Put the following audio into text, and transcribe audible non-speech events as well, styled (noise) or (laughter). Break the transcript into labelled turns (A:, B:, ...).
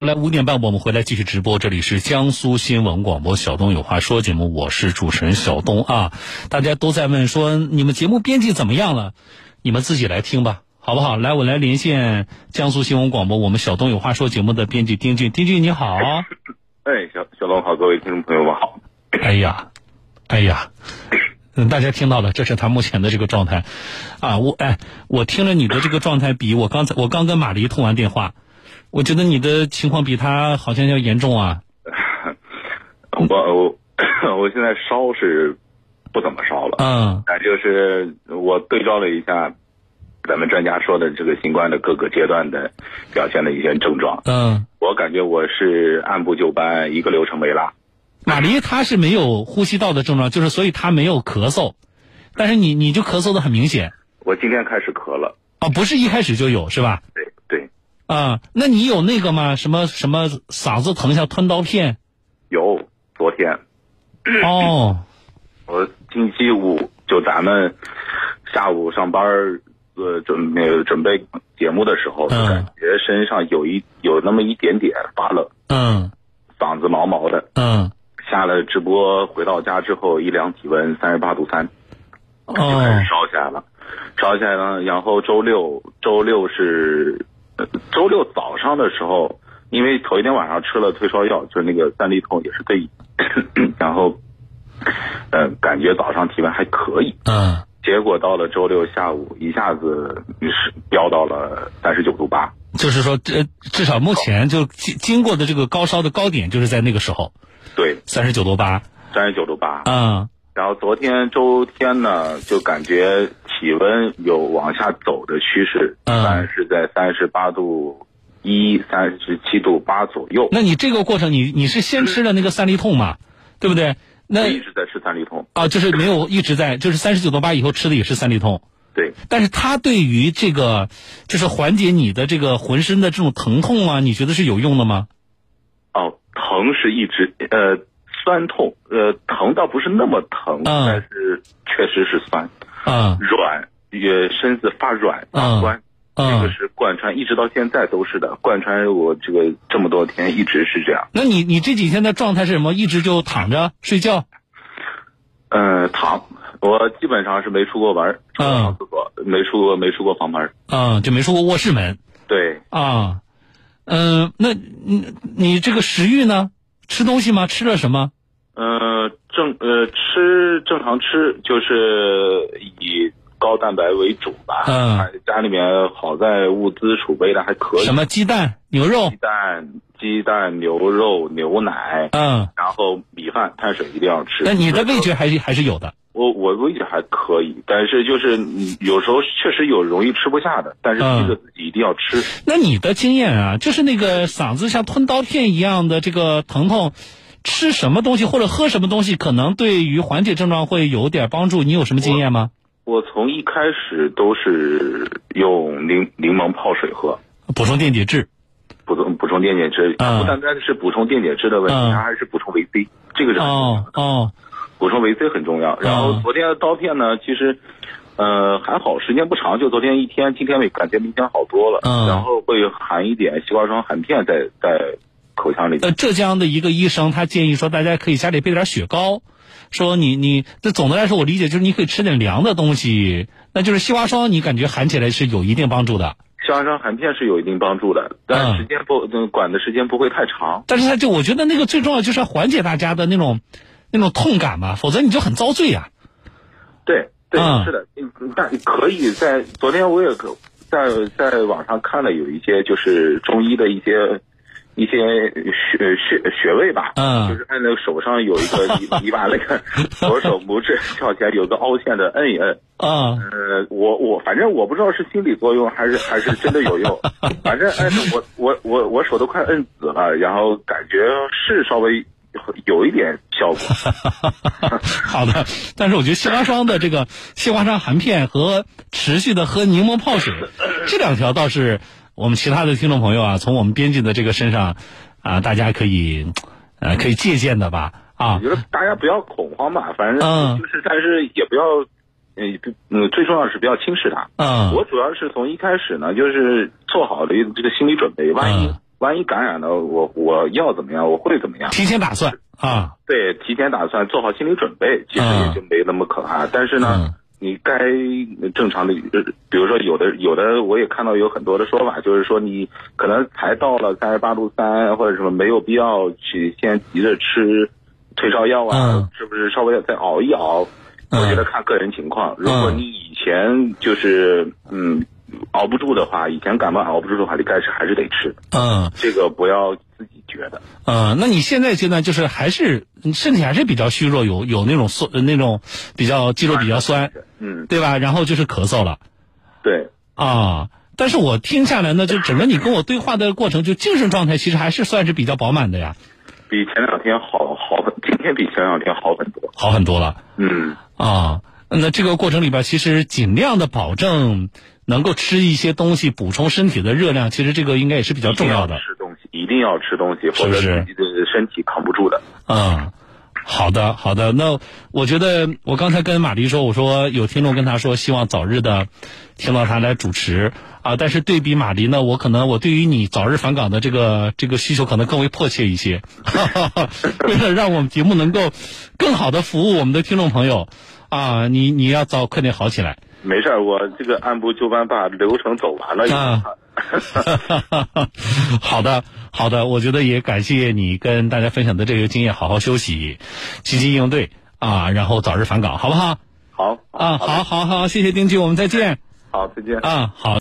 A: 来五点半，我们回来继续直播。这里是江苏新闻广播《小东有话说》节目，我是主持人小东啊。大家都在问说，你们节目编辑怎么样了？你们自己来听吧，好不好？来，我来连线江苏新闻广播我们《小东有话说》节目的编辑丁俊。丁俊，你好。
B: 哎，小小龙好，各位听众朋友们好。
A: 哎呀，哎呀，嗯，大家听到了，这是他目前的这个状态啊。我哎，我听了你的这个状态比，我刚才我刚跟马黎通完电话。我觉得你的情况比他好像要严重啊！
B: 我我 (coughs) 我现在烧是不怎么烧了，
A: 嗯
B: 但就是我对照了一下咱们专家说的这个新冠的各个阶段的表现的一些症状，
A: 嗯，
B: 我感觉我是按部就班，一个流程没落。
A: 马黎他是没有呼吸道的症状，就是所以他没有咳嗽，但是你你就咳嗽的很明显
B: 我今天开始咳了，
A: 啊，不是一开始就有是吧？
B: 对对，
A: 啊，那你有那个吗？什么什么嗓子疼像吞刀片？
B: 有昨天
A: 哦，
B: 我星期五就咱们下午上班儿，呃，准备准备节目的时候，
A: 嗯
B: 感觉身上有一有那么一点点发冷，
A: 嗯
B: 嗓子毛毛的。
A: 嗯
B: 下了直播回到家之后，一量体温三十八度三，就开
A: 哦
B: 始烧起来了，烧起来了。然后周六，周六是，呃周六早上的时候，因为头一天晚上吃了退烧药，就是那个三粒痛，也是对乙， (coughs) 然后，呃，感觉早上体温还可以。
A: 嗯
B: 结果到了周六下午，一下子是飙到了三十九度八。
A: 就是说这至少目前就经经过的这个高烧的高点就是在那个时候
B: 对，
A: 三十九度八
B: 三十九度八。
A: 啊
B: 然后昨天周天呢，就感觉体温有往下走的趋势，
A: 嗯
B: 但是在三十八度一、三十七度八左右。
A: 那你这个过程你，你是先吃的那个三粒痛嘛，对不对？
B: 我一
A: 那
B: 直在吃三粒痛，
A: 啊，就是没有一直在，就是三十九度八以后吃的也是三粒痛，
B: 对，
A: 但是它对于这个就是缓解你的这个浑身的这种疼痛啊，你觉得是有用的吗？
B: 哦，疼是一直呃酸痛，呃疼倒不是那么疼，
A: 嗯
B: 但是确实是酸
A: 啊
B: 软，也身子发软
A: 嗯
B: 发酸。这
A: 啊
B: 个，是贯穿，一直到现在都是的，贯穿我这个这么多天一直是这样。
A: 那你你这几天的状态是什么？一直就躺着睡觉？
B: 嗯，躺，我基本上是没出过门儿，
A: 嗯
B: 除了上厕所，没出过没出过房门儿。
A: 啊，就没出过卧室门
B: 对，
A: 啊？嗯、那你你这个食欲呢？吃东西吗？吃了什么？
B: 呃，正呃吃正常吃，就是以高蛋白为主吧。
A: 嗯
B: 还家里面好在物资储备的还可以
A: 什，么鸡蛋、牛肉
B: 鸡？蛋、鸡蛋、牛肉、牛奶，
A: 嗯，
B: 然后米饭、碳水一定要吃。
A: 那你的味觉还是还是有的。
B: 我我味觉还可以，但是就是嗯有时候确实有容易吃不下的，但是
A: 嗯
B: 逼着自己一定要吃。
A: 那你的经验啊，就是那个嗓子像吞刀片一样的这个疼痛，吃什么东西或者喝什么东西，可能对于缓解症状会有点帮助。你有什么经验吗？
B: 我从一开始都是用柠柠檬泡水喝，
A: 补充电解质。
B: 补充补充电解质，
A: 嗯
B: 不单单是补充电解质的问
A: 嗯
B: 题，它还是补充维 C，这个是很重要
A: 哦
B: 的，
A: 哦，
B: 补充维 C 很重要。然后
A: 嗯
B: 昨天的刀片呢，其实，呃，还好，时间不长，就昨天一天，今天没感觉明天好多了。
A: 嗯
B: 然后会含一点西瓜霜含片在在口腔里面。
A: 呃，浙江的一个医生他建议说，大家可以家里备点雪糕。说你你，这总的来说我理解就是你可以吃点凉的东西，那就是西瓜霜，你感觉含起来是有一定帮助的。
B: 西瓜霜含片是有一定帮助的，但
A: 嗯
B: 时间不、嗯管的时间不会太长。
A: 但是它就我觉得那个最重要就是要缓解大家的那种那种痛感嘛，否则你就很遭罪啊。
B: 对对、
A: 嗯
B: 是的，嗯但可以在昨天我也可在在网上看了有一些就是中医的一些一些穴穴穴位吧，
A: 嗯
B: 就是按那个手上有一个你你把那个左手拇指翘起来有个凹陷的摁一摁，
A: 啊、
B: 呃，我我反正我不知道是心理作用还是还是真的有用，反正摁的我我我我手都快摁紫了，然后感觉是稍微有一点效果。
A: (laughs) 好的，但是我觉得西瓜霜的这个西瓜霜含片和持续的喝柠檬泡水，这两条倒是我们其他的听众朋友啊，从我们编辑的这个身上啊、大家可以呃可以借鉴的吧啊
B: 我觉得大家不要恐慌吧，反
A: 嗯
B: 正就是，但是也不要，呃，不嗯，最重要的是不要轻视它。
A: 嗯
B: 我主要是从一开始呢，就是做好了这个心理准备，万一
A: 嗯
B: 万一感染了，我我要怎么样，我会怎么样？
A: 提前打算啊，
B: 对，提前打算做好心理准备，其实
A: 嗯
B: 也就没那么可怕。但是呢，
A: 嗯
B: 你该正常的，呃比如说有的有的，我也看到有很多的说法，就是说你可能才到了三十八度三或者什么，没有必要去先急着吃退烧药啊，
A: 嗯
B: 是不是稍微再熬一熬？
A: 嗯
B: 我觉得看个人情况。如果
A: 嗯
B: 你以前就是嗯熬不住的话，以前感冒熬不住的话，你该吃还是得吃，
A: 嗯
B: 这个不要自己觉得。
A: 嗯，那你现在阶段就是还是身体还是比较虚弱，有有那种酸呃那种比较肌肉比较酸，
B: 嗯，
A: 对吧？然后就是咳嗽了
B: 对。
A: 啊。但是我听下来呢，就整个你跟我对话的过程，就精神状态其实还是算是比较饱满的呀，
B: 比前两天好好很，今天比前两天好很多。
A: 好很多了。
B: 嗯，
A: 啊，那这个过程里边，其实尽量的保证能够吃一些东西，补充身体的热量。其实这个应该也是比较呃重要的
B: 一定。吃东西一定要吃东西，
A: 是
B: 否
A: 不
B: 则
A: 是
B: 自己的身体扛不住的。
A: (laughs) 嗯，好的，好的。那我觉得我刚才跟马丽说，我说有听众跟她说，希望早日的听到她来主持啊。但是对比马丽呢，我可能我对于你早日返岗的这个这个需求可能更为迫切一些。 (laughs) 为了让我们节目能够更好的服务我们的听众朋友啊，你你要早快点好起来。
B: 没事儿，我这个按部就班把流程走完了以后。
A: 啊 (laughs) 好的，好的，我觉得也感谢你跟大家分享的这个经验，好好休息，积极应对啊，然后早日返岗，好不好？
B: 好
A: 啊，
B: 好
A: 好，
B: 的
A: 好，好，谢谢丁局，我们再见
B: 好，再见。
A: 啊，好。